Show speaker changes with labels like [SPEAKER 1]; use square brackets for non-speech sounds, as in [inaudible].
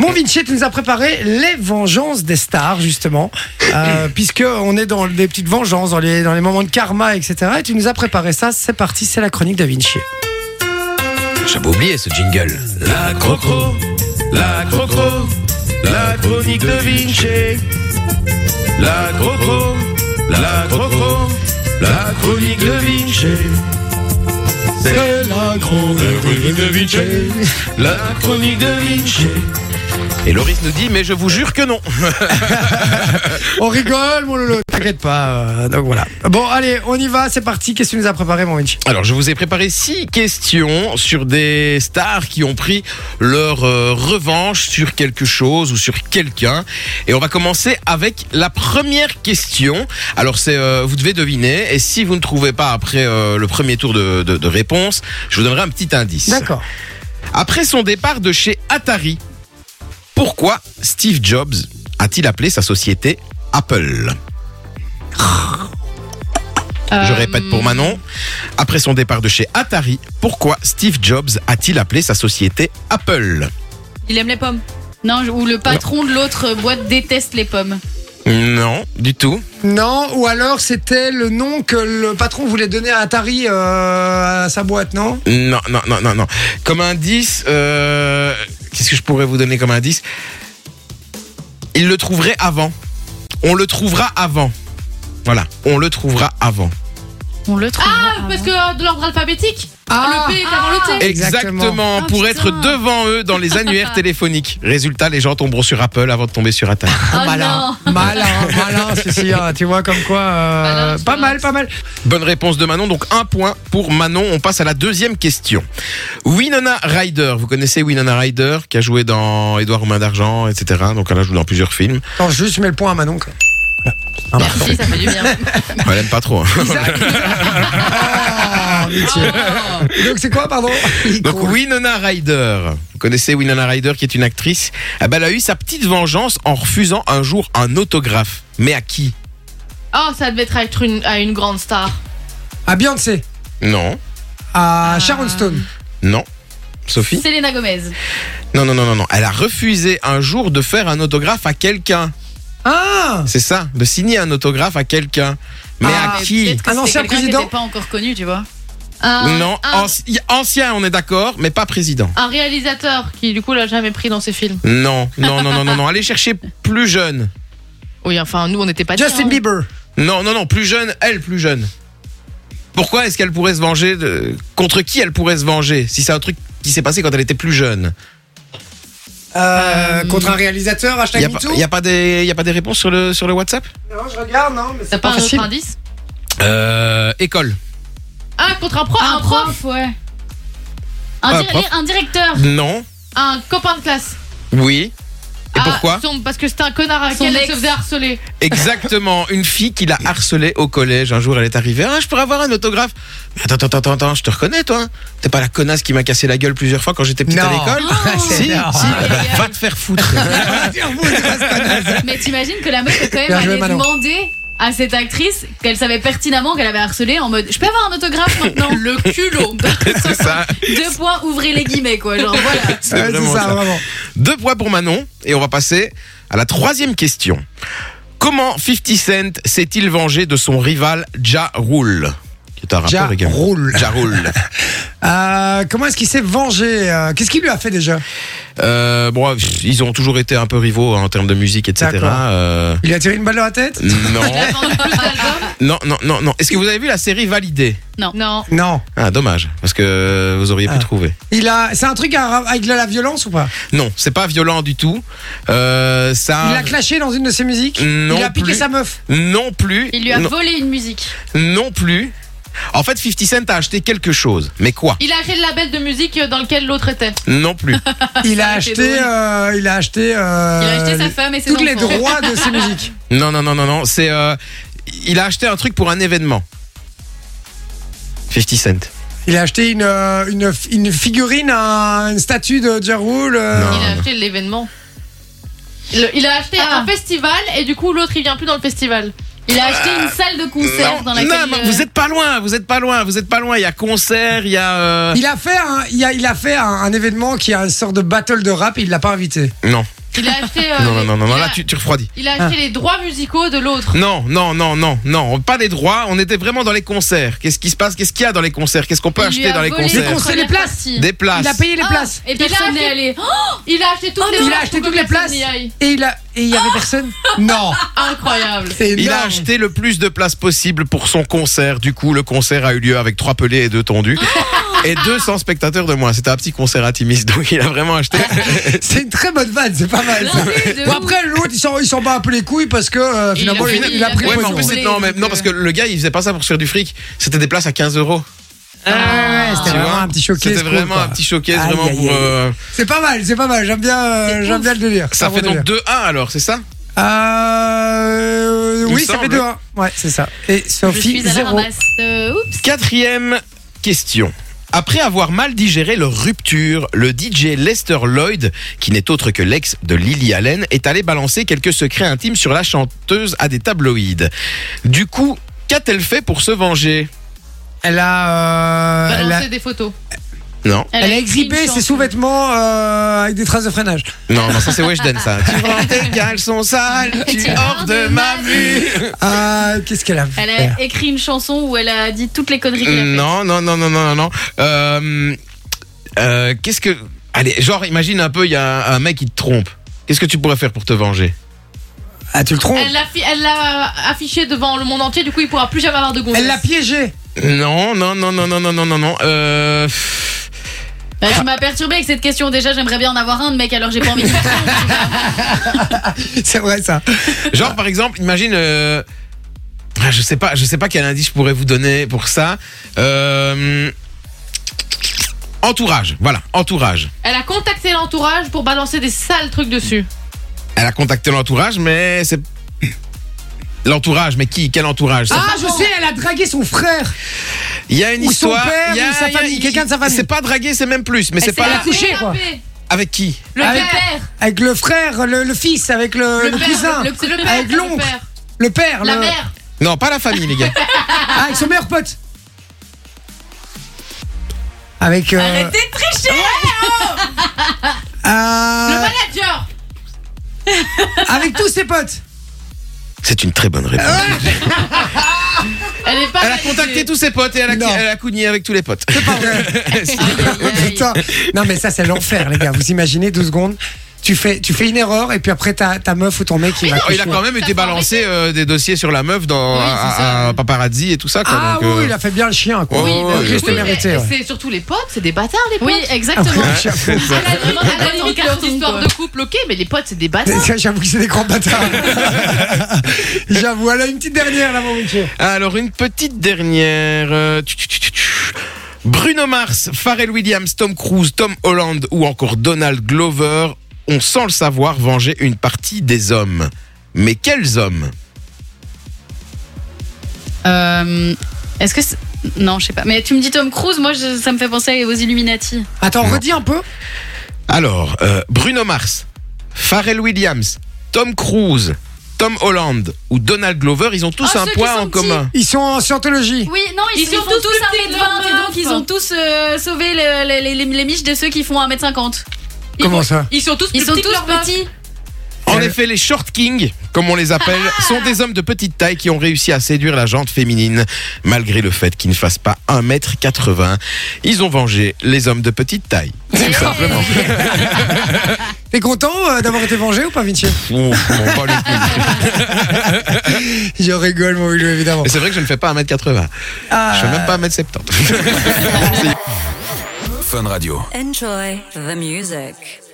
[SPEAKER 1] Mon Vinci, tu nous as préparé les vengeances des stars, justement, euh, puisque on est dans des petites vengeances, dans les, dans les moments de karma, etc. Et tu nous as préparé ça. C'est parti, c'est la chronique de Vinci.
[SPEAKER 2] J'avais oublié ce jingle.
[SPEAKER 3] La crocro, la crocro, la chronique de Vinci. La crocro, la crocro, la chronique de Vinci. C'est la grande chronique de Vinci. La chronique de Vinci.
[SPEAKER 2] Et Loris nous dit, mais je vous jure que non.
[SPEAKER 1] On rigole, mon Lolo, t'inquiète pas. euh, donc voilà. Bon, allez, on y va, c'est parti. Qu'est-ce que tu nous as préparé, mon Vinci
[SPEAKER 2] Alors, je vous ai préparé six questions sur des stars qui ont pris leur euh, revanche sur quelque chose ou sur quelqu'un. Et on va commencer avec la première question. Alors, c'est euh, vous devez deviner. Et si vous ne trouvez pas après euh, le premier tour de, de- de réponse, je vous donnerai un petit indice.
[SPEAKER 1] D'accord.
[SPEAKER 2] Après son départ de chez Atari, pourquoi Steve Jobs a-t-il appelé sa société Apple
[SPEAKER 4] Euh,
[SPEAKER 2] Je répète pour Manon. Après son départ de chez Atari, pourquoi Steve Jobs a-t-il appelé sa société Apple
[SPEAKER 4] Il aime les pommes. Non, je- ou le patron de l'autre boîte déteste les pommes.
[SPEAKER 2] Non, du tout.
[SPEAKER 1] Non, ou alors c'était le nom que le patron voulait donner à Atari euh, à sa boîte, non
[SPEAKER 2] Non, non, non, non, non. Comme indice, euh, qu'est-ce que je pourrais vous donner comme indice Il le trouverait avant. On le trouvera avant. Voilà, on le trouvera avant.
[SPEAKER 5] On le trouve.
[SPEAKER 4] Ah, parce que euh, de l'ordre alphabétique Ah,
[SPEAKER 1] Ah,
[SPEAKER 4] Le P est avant le T.
[SPEAKER 2] Exactement,
[SPEAKER 1] Exactement.
[SPEAKER 2] pour
[SPEAKER 5] Ah,
[SPEAKER 2] être
[SPEAKER 5] putain.
[SPEAKER 2] devant eux dans les annuaires téléphoniques. Résultat, les gens tomberont sur Apple avant de tomber sur Atari.
[SPEAKER 4] Ah,
[SPEAKER 1] malin, malin, malin, ceci, hein, tu vois comme quoi, euh,
[SPEAKER 4] Malin, c'est
[SPEAKER 1] pas
[SPEAKER 4] malin.
[SPEAKER 1] mal, pas mal.
[SPEAKER 2] Bonne réponse de Manon, donc un point pour Manon. On passe à la deuxième question. Winona Ryder, vous connaissez Winona Ryder qui a joué dans Édouard aux mains d'argent, etc. Donc elle a joué dans plusieurs films.
[SPEAKER 1] Attends, juste je mets le point à Manon. quoi.
[SPEAKER 5] Ah, bah,
[SPEAKER 4] Merci, ça fait du bien.
[SPEAKER 2] Elle aime pas trop. hein.
[SPEAKER 1] Ah,
[SPEAKER 5] bah,
[SPEAKER 1] métier. Donc c'est quoi, pardon Il
[SPEAKER 2] Donc
[SPEAKER 1] court.
[SPEAKER 2] Winona Ryder, vous connaissez Winona Ryder qui est une actrice. Eh ben, elle a eu sa petite vengeance en refusant un jour un autographe. Mais à qui
[SPEAKER 4] Oh, ça devait être une, à une grande star.
[SPEAKER 1] À Beyoncé,
[SPEAKER 2] Non,
[SPEAKER 5] Ah.
[SPEAKER 1] à Sharon Stone.
[SPEAKER 2] non.
[SPEAKER 5] bah.
[SPEAKER 2] Sophie
[SPEAKER 4] Selena Gomez.
[SPEAKER 2] Non, non, non, non, non. Elle a refusé un jour de faire un autographe à quelqu'un.
[SPEAKER 1] Ah
[SPEAKER 2] C'est ça, de signer un autographe à quelqu'un. Mais
[SPEAKER 1] Ah,
[SPEAKER 2] à
[SPEAKER 1] mais
[SPEAKER 2] qui
[SPEAKER 4] Peut-être que
[SPEAKER 1] Un
[SPEAKER 4] c'était
[SPEAKER 1] ancien
[SPEAKER 4] quelqu'un qui
[SPEAKER 1] président
[SPEAKER 4] était pas encore connu, tu vois.
[SPEAKER 2] Non,
[SPEAKER 4] un,
[SPEAKER 2] anci- ancien, on est d'accord, mais pas président.
[SPEAKER 4] un réalisateur qui, du coup, l'a jamais pris dans ses films.
[SPEAKER 2] Non, non, non, non, non, non. Allez chercher plus jeune.
[SPEAKER 4] Oui, enfin, nous, on n'était pas hein.
[SPEAKER 1] Justin
[SPEAKER 4] dedans.
[SPEAKER 1] Bieber.
[SPEAKER 2] Non, non, non, plus jeune, elle, plus jeune. Pourquoi est-ce qu'elle pourrait se venger de... Contre qui elle pourrait se venger Si c'est un truc qui s'est passé quand elle était plus jeune.
[SPEAKER 1] Euh, contre un réalisateur,
[SPEAKER 2] Il n'y
[SPEAKER 1] hashtag
[SPEAKER 2] a, pas-
[SPEAKER 1] MeToo
[SPEAKER 2] y a pas des y a pas des réponses sur le, sur le WhatsApp
[SPEAKER 1] Non, je regarde, non, mais
[SPEAKER 4] T'as
[SPEAKER 1] c'est
[SPEAKER 4] pas
[SPEAKER 1] pas
[SPEAKER 4] un autre
[SPEAKER 1] facile.
[SPEAKER 4] indice
[SPEAKER 2] euh, École.
[SPEAKER 4] Ah, contre un prof, un, prof,
[SPEAKER 5] ouais. Un,
[SPEAKER 2] Ah,
[SPEAKER 5] dir-
[SPEAKER 2] prof.
[SPEAKER 5] un directeur.
[SPEAKER 2] Non.
[SPEAKER 4] un copain de classe.
[SPEAKER 2] Oui. Et
[SPEAKER 4] Ah,
[SPEAKER 2] pourquoi
[SPEAKER 4] son- Parce que c'était un connard à
[SPEAKER 5] Son
[SPEAKER 4] qui elle
[SPEAKER 5] ex.
[SPEAKER 4] se faisait harceler.
[SPEAKER 2] Exactement, une fille qui l'a harcelée au collège. Un jour, elle est arrivée. Ah, je pourrais avoir un autographe. Mais attends, attends, attends, attends, je te reconnais, toi. T'es pas la connasse qui m'a cassé la gueule plusieurs fois quand j'étais petite à
[SPEAKER 1] Non. Ah,
[SPEAKER 2] l'école [laughs] Si, si,
[SPEAKER 1] énorme.
[SPEAKER 2] va te
[SPEAKER 1] [laughs]
[SPEAKER 2] faire foutre.
[SPEAKER 5] Mais t'imagines que la meuf est quand même
[SPEAKER 1] Bien joué,
[SPEAKER 5] allée
[SPEAKER 1] Manon.
[SPEAKER 5] demander à cette actrice qu'elle savait pertinemment qu'elle avait harcelé en mode je peux avoir un autographe maintenant le culot
[SPEAKER 2] [laughs] C'est ça,
[SPEAKER 5] deux points ouvrez les guillemets quoi genre voilà
[SPEAKER 2] [laughs] c'est
[SPEAKER 1] Ouais,
[SPEAKER 2] vraiment
[SPEAKER 1] c'est ça,
[SPEAKER 2] ça.
[SPEAKER 1] vraiment.
[SPEAKER 2] Deux points pour Manon. Et on va passer à la troisième question. Comment 50 Cent s'est-il vengé de son rival Ja Rule Qui est un rappeur
[SPEAKER 1] Ja
[SPEAKER 2] également.
[SPEAKER 1] Rule.
[SPEAKER 2] Ja Rule.
[SPEAKER 1] Euh, comment est-ce qu'il s'est vengé euh, Qu'est-ce qu'il lui a fait déjà
[SPEAKER 2] Euh, bon, pff, ils ont toujours été un peu rivaux hein, en termes de musique, etc.
[SPEAKER 1] D'accord.
[SPEAKER 2] Euh,
[SPEAKER 1] Il lui a tiré une balle dans la tête
[SPEAKER 2] non.
[SPEAKER 5] [laughs]
[SPEAKER 4] Elle a vendu plus d'albums
[SPEAKER 2] Non, non, non, non. Est-ce que vous avez vu la série Validée
[SPEAKER 5] non
[SPEAKER 4] Non.
[SPEAKER 1] Non.
[SPEAKER 2] Ah, dommage, parce que vous auriez pu
[SPEAKER 1] Ah.
[SPEAKER 2] trouver.
[SPEAKER 1] Il a. C'est un truc à- avec de la violence ou pas
[SPEAKER 2] Non, c'est pas violent du tout. Euh, ça.
[SPEAKER 1] Il l'a clashé dans une de ses musiques
[SPEAKER 2] Non
[SPEAKER 1] Il a piqué
[SPEAKER 2] plus.
[SPEAKER 1] sa
[SPEAKER 5] [laughs]
[SPEAKER 1] meuf
[SPEAKER 2] Non plus.
[SPEAKER 4] Il lui a
[SPEAKER 2] non,
[SPEAKER 4] volé une musique.
[SPEAKER 2] non plus. En fait, 50 Cent a acheté quelque chose. Mais quoi
[SPEAKER 4] Il a acheté le label de musique euh, dans lequel l'autre était.
[SPEAKER 2] Non plus.
[SPEAKER 1] Il a
[SPEAKER 4] était
[SPEAKER 1] acheté.
[SPEAKER 4] drôle.
[SPEAKER 1] euh, il a acheté. euh,
[SPEAKER 5] il a acheté sa femme et ses
[SPEAKER 1] tous les
[SPEAKER 5] enfants.
[SPEAKER 1] droits de
[SPEAKER 5] [laughs]
[SPEAKER 1] ses musiques.
[SPEAKER 2] non, non, non, non, non. C'est. euh, il a acheté un truc pour un événement. 50 Cent.
[SPEAKER 1] Il a acheté une, euh, une, une figurine, un- une statue de Jarul. euh.
[SPEAKER 2] Non.
[SPEAKER 4] Il a acheté l'événement. Le- Il a acheté
[SPEAKER 5] Ah.
[SPEAKER 4] un festival et du coup l'autre il vient plus dans le festival.
[SPEAKER 5] Il a acheté une salle de concert
[SPEAKER 2] Non,
[SPEAKER 5] dans laquelle. euh,
[SPEAKER 2] non, mais vous êtes pas loin, vous êtes pas loin, vous êtes pas loin. Il y a concert, il y a. euh,
[SPEAKER 1] Il a fait un, il a, il a fait un, un événement qui a une sorte de battle de rap et il l'a pas invité.
[SPEAKER 2] Non,
[SPEAKER 5] Il a
[SPEAKER 2] [laughs]
[SPEAKER 5] acheté. euh,
[SPEAKER 2] non, non, non, non, non,
[SPEAKER 5] il a-
[SPEAKER 2] là tu, tu refroidis.
[SPEAKER 5] Il a acheté les droits musicaux de l'autre.
[SPEAKER 2] Non, non, non, non, non, pas les droits. On était vraiment dans les concerts. Qu'est-ce qui se passe Qu'est-ce qu'il y a dans les concerts Qu'est-ce qu'on peut
[SPEAKER 5] Il lui
[SPEAKER 2] acheter
[SPEAKER 5] a
[SPEAKER 2] dans les
[SPEAKER 5] volé
[SPEAKER 2] concerts
[SPEAKER 5] la
[SPEAKER 1] Des concerts, les
[SPEAKER 5] première
[SPEAKER 1] places.
[SPEAKER 5] partie.
[SPEAKER 2] Des places.
[SPEAKER 1] Il a payé les
[SPEAKER 5] Ah,
[SPEAKER 1] places.
[SPEAKER 5] Et
[SPEAKER 4] Personne
[SPEAKER 5] personne
[SPEAKER 4] n'est
[SPEAKER 5] n'est allé.
[SPEAKER 4] Oh,
[SPEAKER 5] Il a acheté toutes les
[SPEAKER 1] Oh, Il a
[SPEAKER 5] places
[SPEAKER 1] acheté
[SPEAKER 5] pour
[SPEAKER 1] toutes
[SPEAKER 5] que
[SPEAKER 1] les
[SPEAKER 5] personne
[SPEAKER 1] places
[SPEAKER 5] n'y aille.
[SPEAKER 1] et il a, et il y avait personne. [laughs] Non,
[SPEAKER 5] Incroyable.
[SPEAKER 1] c'est
[SPEAKER 2] Il a
[SPEAKER 1] énorme.
[SPEAKER 2] acheté le plus de places possible pour son concert. Du coup, le concert a eu lieu avec trois pelés et
[SPEAKER 1] [laughs]
[SPEAKER 2] deux tondus. Et 200 spectateurs de moins. C'était un petit concert à Timis, donc il a
[SPEAKER 1] [laughs]
[SPEAKER 2] vraiment acheté.
[SPEAKER 1] C'est une très bonne vanne, c'est pas mal. ça.
[SPEAKER 5] Non, mais de
[SPEAKER 1] Bon
[SPEAKER 5] ouf.
[SPEAKER 1] après l'autre il s'en il s'en bat un peu les couilles parce que euh,
[SPEAKER 5] Et
[SPEAKER 1] finalement
[SPEAKER 5] il a
[SPEAKER 1] il,
[SPEAKER 5] fini,
[SPEAKER 1] il a pris
[SPEAKER 5] il a
[SPEAKER 1] le
[SPEAKER 2] Ouais, mais en
[SPEAKER 5] raison.
[SPEAKER 2] plus,
[SPEAKER 1] pognon.
[SPEAKER 2] c'est- non, mais, non, parce que le gars, il faisait pas ça pour se faire du fric. C'était des places à 15 euros.
[SPEAKER 1] Ah, ouais, c'était
[SPEAKER 2] Tu
[SPEAKER 1] vraiment
[SPEAKER 2] vois
[SPEAKER 1] un petit showcase,
[SPEAKER 2] C'était
[SPEAKER 1] cool,
[SPEAKER 2] vraiment
[SPEAKER 1] quoi.
[SPEAKER 2] un petit showcase,
[SPEAKER 1] Aïe,
[SPEAKER 2] vraiment
[SPEAKER 1] aïe,
[SPEAKER 2] pour.
[SPEAKER 1] aïe.
[SPEAKER 2] euh,
[SPEAKER 1] C'est pas mal, c'est pas mal. J'aime bien, euh, j'aime bien le délire.
[SPEAKER 2] Ça
[SPEAKER 1] Un
[SPEAKER 2] fait
[SPEAKER 1] bon
[SPEAKER 2] donc
[SPEAKER 1] délire.
[SPEAKER 2] 2-1 alors, c'est ça
[SPEAKER 1] Euh,
[SPEAKER 2] Il
[SPEAKER 1] oui,
[SPEAKER 2] me
[SPEAKER 1] ça fait
[SPEAKER 2] semble.
[SPEAKER 1] 2 1. Ouais, c'est ça. Et
[SPEAKER 5] Je
[SPEAKER 1] Sophie,
[SPEAKER 5] suis à la
[SPEAKER 1] 0.
[SPEAKER 5] ramasse. Euh, oups.
[SPEAKER 2] Quatrième question. Après avoir mal digéré leur rupture, le DJ Lester Lloyd, qui n'est autre que l'ex de Lily Allen, est allé balancer quelques secrets intimes sur la chanteuse à des tabloïds. Du coup, qu'a-t-elle fait pour se venger
[SPEAKER 1] Elle a, euh, elle a,
[SPEAKER 4] Balancer des photos.
[SPEAKER 2] Non,
[SPEAKER 1] elle a
[SPEAKER 4] écrit une
[SPEAKER 1] exhibé ses
[SPEAKER 4] chanson.
[SPEAKER 1] sous-vêtements euh, avec des traces de
[SPEAKER 4] [laughs]
[SPEAKER 1] freinage.
[SPEAKER 2] non, non, ça c'est Weshden ça. tu rends tes caleçons sales, tu es hors de ma vue.
[SPEAKER 1] Ah, qu'est-ce qu'elle a fait
[SPEAKER 4] Elle a écrit une chanson où elle a dit toutes les conneries qu'elle a faites.
[SPEAKER 2] Non, non, non, non, non, non, non. Euh, euh, Qu'est-ce que... Allez, genre, imagine un peu, il y a un- un mec qui te trompe. Qu'est-ce que tu pourrais faire pour te venger
[SPEAKER 1] Ah, tu le trompes
[SPEAKER 4] Elle l'a fi- elle l'a affiché devant le monde entier, du coup il pourra plus jamais avoir de gonzesse.
[SPEAKER 1] Elle l'a piégé. [laughs]
[SPEAKER 2] Non, non, non, non, non, non, non, non, non. Euh... pff,
[SPEAKER 5] Bah, tu m'as perturbé avec cette question. Déjà, j'aimerais bien en avoir un de mec, alors j'ai pas
[SPEAKER 1] [laughs]
[SPEAKER 5] envie de faire
[SPEAKER 1] C'est vrai ça.
[SPEAKER 2] Genre par exemple, imagine. Euh... ah, Je sais pas, je sais pas quel indice je pourrais vous donner pour ça. Euh... Entourage, voilà, entourage.
[SPEAKER 4] Elle a contacté l'entourage pour balancer des sales trucs dessus.
[SPEAKER 2] Elle a contacté l'entourage, mais c'est l'entourage, mais qui, quel entourage ça
[SPEAKER 1] Ah, je sais, elle a dragué son frère.
[SPEAKER 2] Il y a une
[SPEAKER 1] ou son
[SPEAKER 2] histoire,
[SPEAKER 1] père,
[SPEAKER 2] il y a-
[SPEAKER 1] ou sa
[SPEAKER 2] il y a-
[SPEAKER 1] famille, quelqu'un de sa famille.
[SPEAKER 2] C'est pas draguer, c'est même plus, mais c'est
[SPEAKER 1] Elle a
[SPEAKER 2] pas
[SPEAKER 1] couché, quoi.
[SPEAKER 4] Tapé.
[SPEAKER 2] avec qui
[SPEAKER 4] Le
[SPEAKER 1] Avec-
[SPEAKER 4] père.
[SPEAKER 1] Avec le frère, le, le fils, avec le, le
[SPEAKER 4] père,
[SPEAKER 1] cousin,
[SPEAKER 4] le- c'est le père,
[SPEAKER 1] avec
[SPEAKER 4] le
[SPEAKER 1] l'oncle,
[SPEAKER 4] père.
[SPEAKER 1] le père,
[SPEAKER 4] La
[SPEAKER 1] le-
[SPEAKER 4] mère.
[SPEAKER 2] Non, pas la famille, les gars.
[SPEAKER 1] Ah, avec son meilleur pote. Avec. euh,
[SPEAKER 5] Arrêtez de tricher
[SPEAKER 1] euh,
[SPEAKER 4] Le manager.
[SPEAKER 1] avec tous ses
[SPEAKER 4] [laughs]
[SPEAKER 1] potes.
[SPEAKER 2] C'est une très bonne réponse.
[SPEAKER 4] Elle est pas.
[SPEAKER 2] Elle a contacté tous ses potes et elle
[SPEAKER 1] Non.
[SPEAKER 2] a, elle a cougné avec tous les potes. [laughs]
[SPEAKER 4] [laughs]
[SPEAKER 1] Oh, Putain. Non, mais ça, c'est l'enfer, les gars. Vous imaginez deux secondes. Tu fais, tu fais une erreur et puis après, ta, ta meuf ou ton mec, il va.
[SPEAKER 2] Oh, il a
[SPEAKER 1] coucher.
[SPEAKER 2] quand même été
[SPEAKER 4] Ça, faut
[SPEAKER 2] balancé euh, des dossiers sur la meuf dans
[SPEAKER 4] Oui, c'est
[SPEAKER 2] à-
[SPEAKER 4] ça.
[SPEAKER 2] à paparazzi et tout ça. Quoi,
[SPEAKER 1] Ah
[SPEAKER 2] donc, euh,
[SPEAKER 1] oui, il a fait bien Oh, le chien, quoi.
[SPEAKER 2] Oui, bah oui,
[SPEAKER 1] Juste
[SPEAKER 2] oui,
[SPEAKER 1] mérité,
[SPEAKER 4] Et
[SPEAKER 1] ouais.
[SPEAKER 4] C'est surtout les potes, c'est des bâtards les potes.
[SPEAKER 5] Oui, exactement.
[SPEAKER 1] Ouais, j'avoue.
[SPEAKER 4] À la
[SPEAKER 5] Dans
[SPEAKER 4] limite, à la limite,
[SPEAKER 5] le
[SPEAKER 4] leurs
[SPEAKER 5] carton,
[SPEAKER 4] histoires
[SPEAKER 5] quoi.
[SPEAKER 4] de couple, ok, mais les potes, c'est des bâtards.
[SPEAKER 1] [laughs] J'avoue que c'est des grands bâtards. [laughs] J'avoue. Alors, une petite dernière, là, mon monsieur.
[SPEAKER 2] Alors une petite dernière. euh, tch, tch, tch, tch. Bruno Mars, Pharrell Williams, Tom Cruise, Tom Holland ou encore Donald Glover ont sans le savoir vengé une partie des hommes. Mais quels hommes
[SPEAKER 5] Euh, Est-ce que. c'est- Non, je sais pas. Mais tu me dis Tom Cruise, moi, je- ça me fait penser aux Illuminati.
[SPEAKER 1] Attends, redis un peu.
[SPEAKER 2] Alors euh, Bruno Mars, Pharrell Williams, Tom Cruise, Tom Holland ou Donald Glover, ils ont tous
[SPEAKER 5] Ah,
[SPEAKER 2] un
[SPEAKER 5] ceux qui
[SPEAKER 2] point
[SPEAKER 5] sont
[SPEAKER 2] en
[SPEAKER 5] petits.
[SPEAKER 2] commun.
[SPEAKER 1] Ils sont en scientologie.
[SPEAKER 5] Oui, non, ils,
[SPEAKER 4] Ils
[SPEAKER 5] sont
[SPEAKER 4] sont
[SPEAKER 5] tous
[SPEAKER 4] tous
[SPEAKER 5] 1m20
[SPEAKER 4] petits,
[SPEAKER 5] et
[SPEAKER 4] leurs
[SPEAKER 5] donc ils
[SPEAKER 4] meufs.
[SPEAKER 5] ont tous euh, sauvé le- les, les- les miches de ceux qui font 1m50.
[SPEAKER 4] Ils
[SPEAKER 1] Comment
[SPEAKER 4] vont-
[SPEAKER 1] ça
[SPEAKER 4] Ils sont tous
[SPEAKER 5] Ils
[SPEAKER 4] plus
[SPEAKER 5] sont
[SPEAKER 4] petits que
[SPEAKER 5] tous
[SPEAKER 4] leurs meufs.
[SPEAKER 5] petits.
[SPEAKER 2] En
[SPEAKER 1] Euh,
[SPEAKER 2] effet, les short kings, comme on les appelle, sont des hommes de petite taille qui ont réussi à séduire la jante féminine, malgré le fait qu'ils ne fassent pas 1m80. Ils ont vengé les hommes de petite taille. Tout
[SPEAKER 5] Eh,
[SPEAKER 2] simplement.
[SPEAKER 1] T'es content euh, d'avoir été vengé ou pas, Vinci
[SPEAKER 2] Ouf, mon pas le coup.
[SPEAKER 1] Je rigole, mon Willou, évidemment.
[SPEAKER 2] Et C'est vrai que je ne fais pas 1m80.
[SPEAKER 1] Ah.
[SPEAKER 2] Je ne fais même pas 1m70.
[SPEAKER 6] Enjoy the music.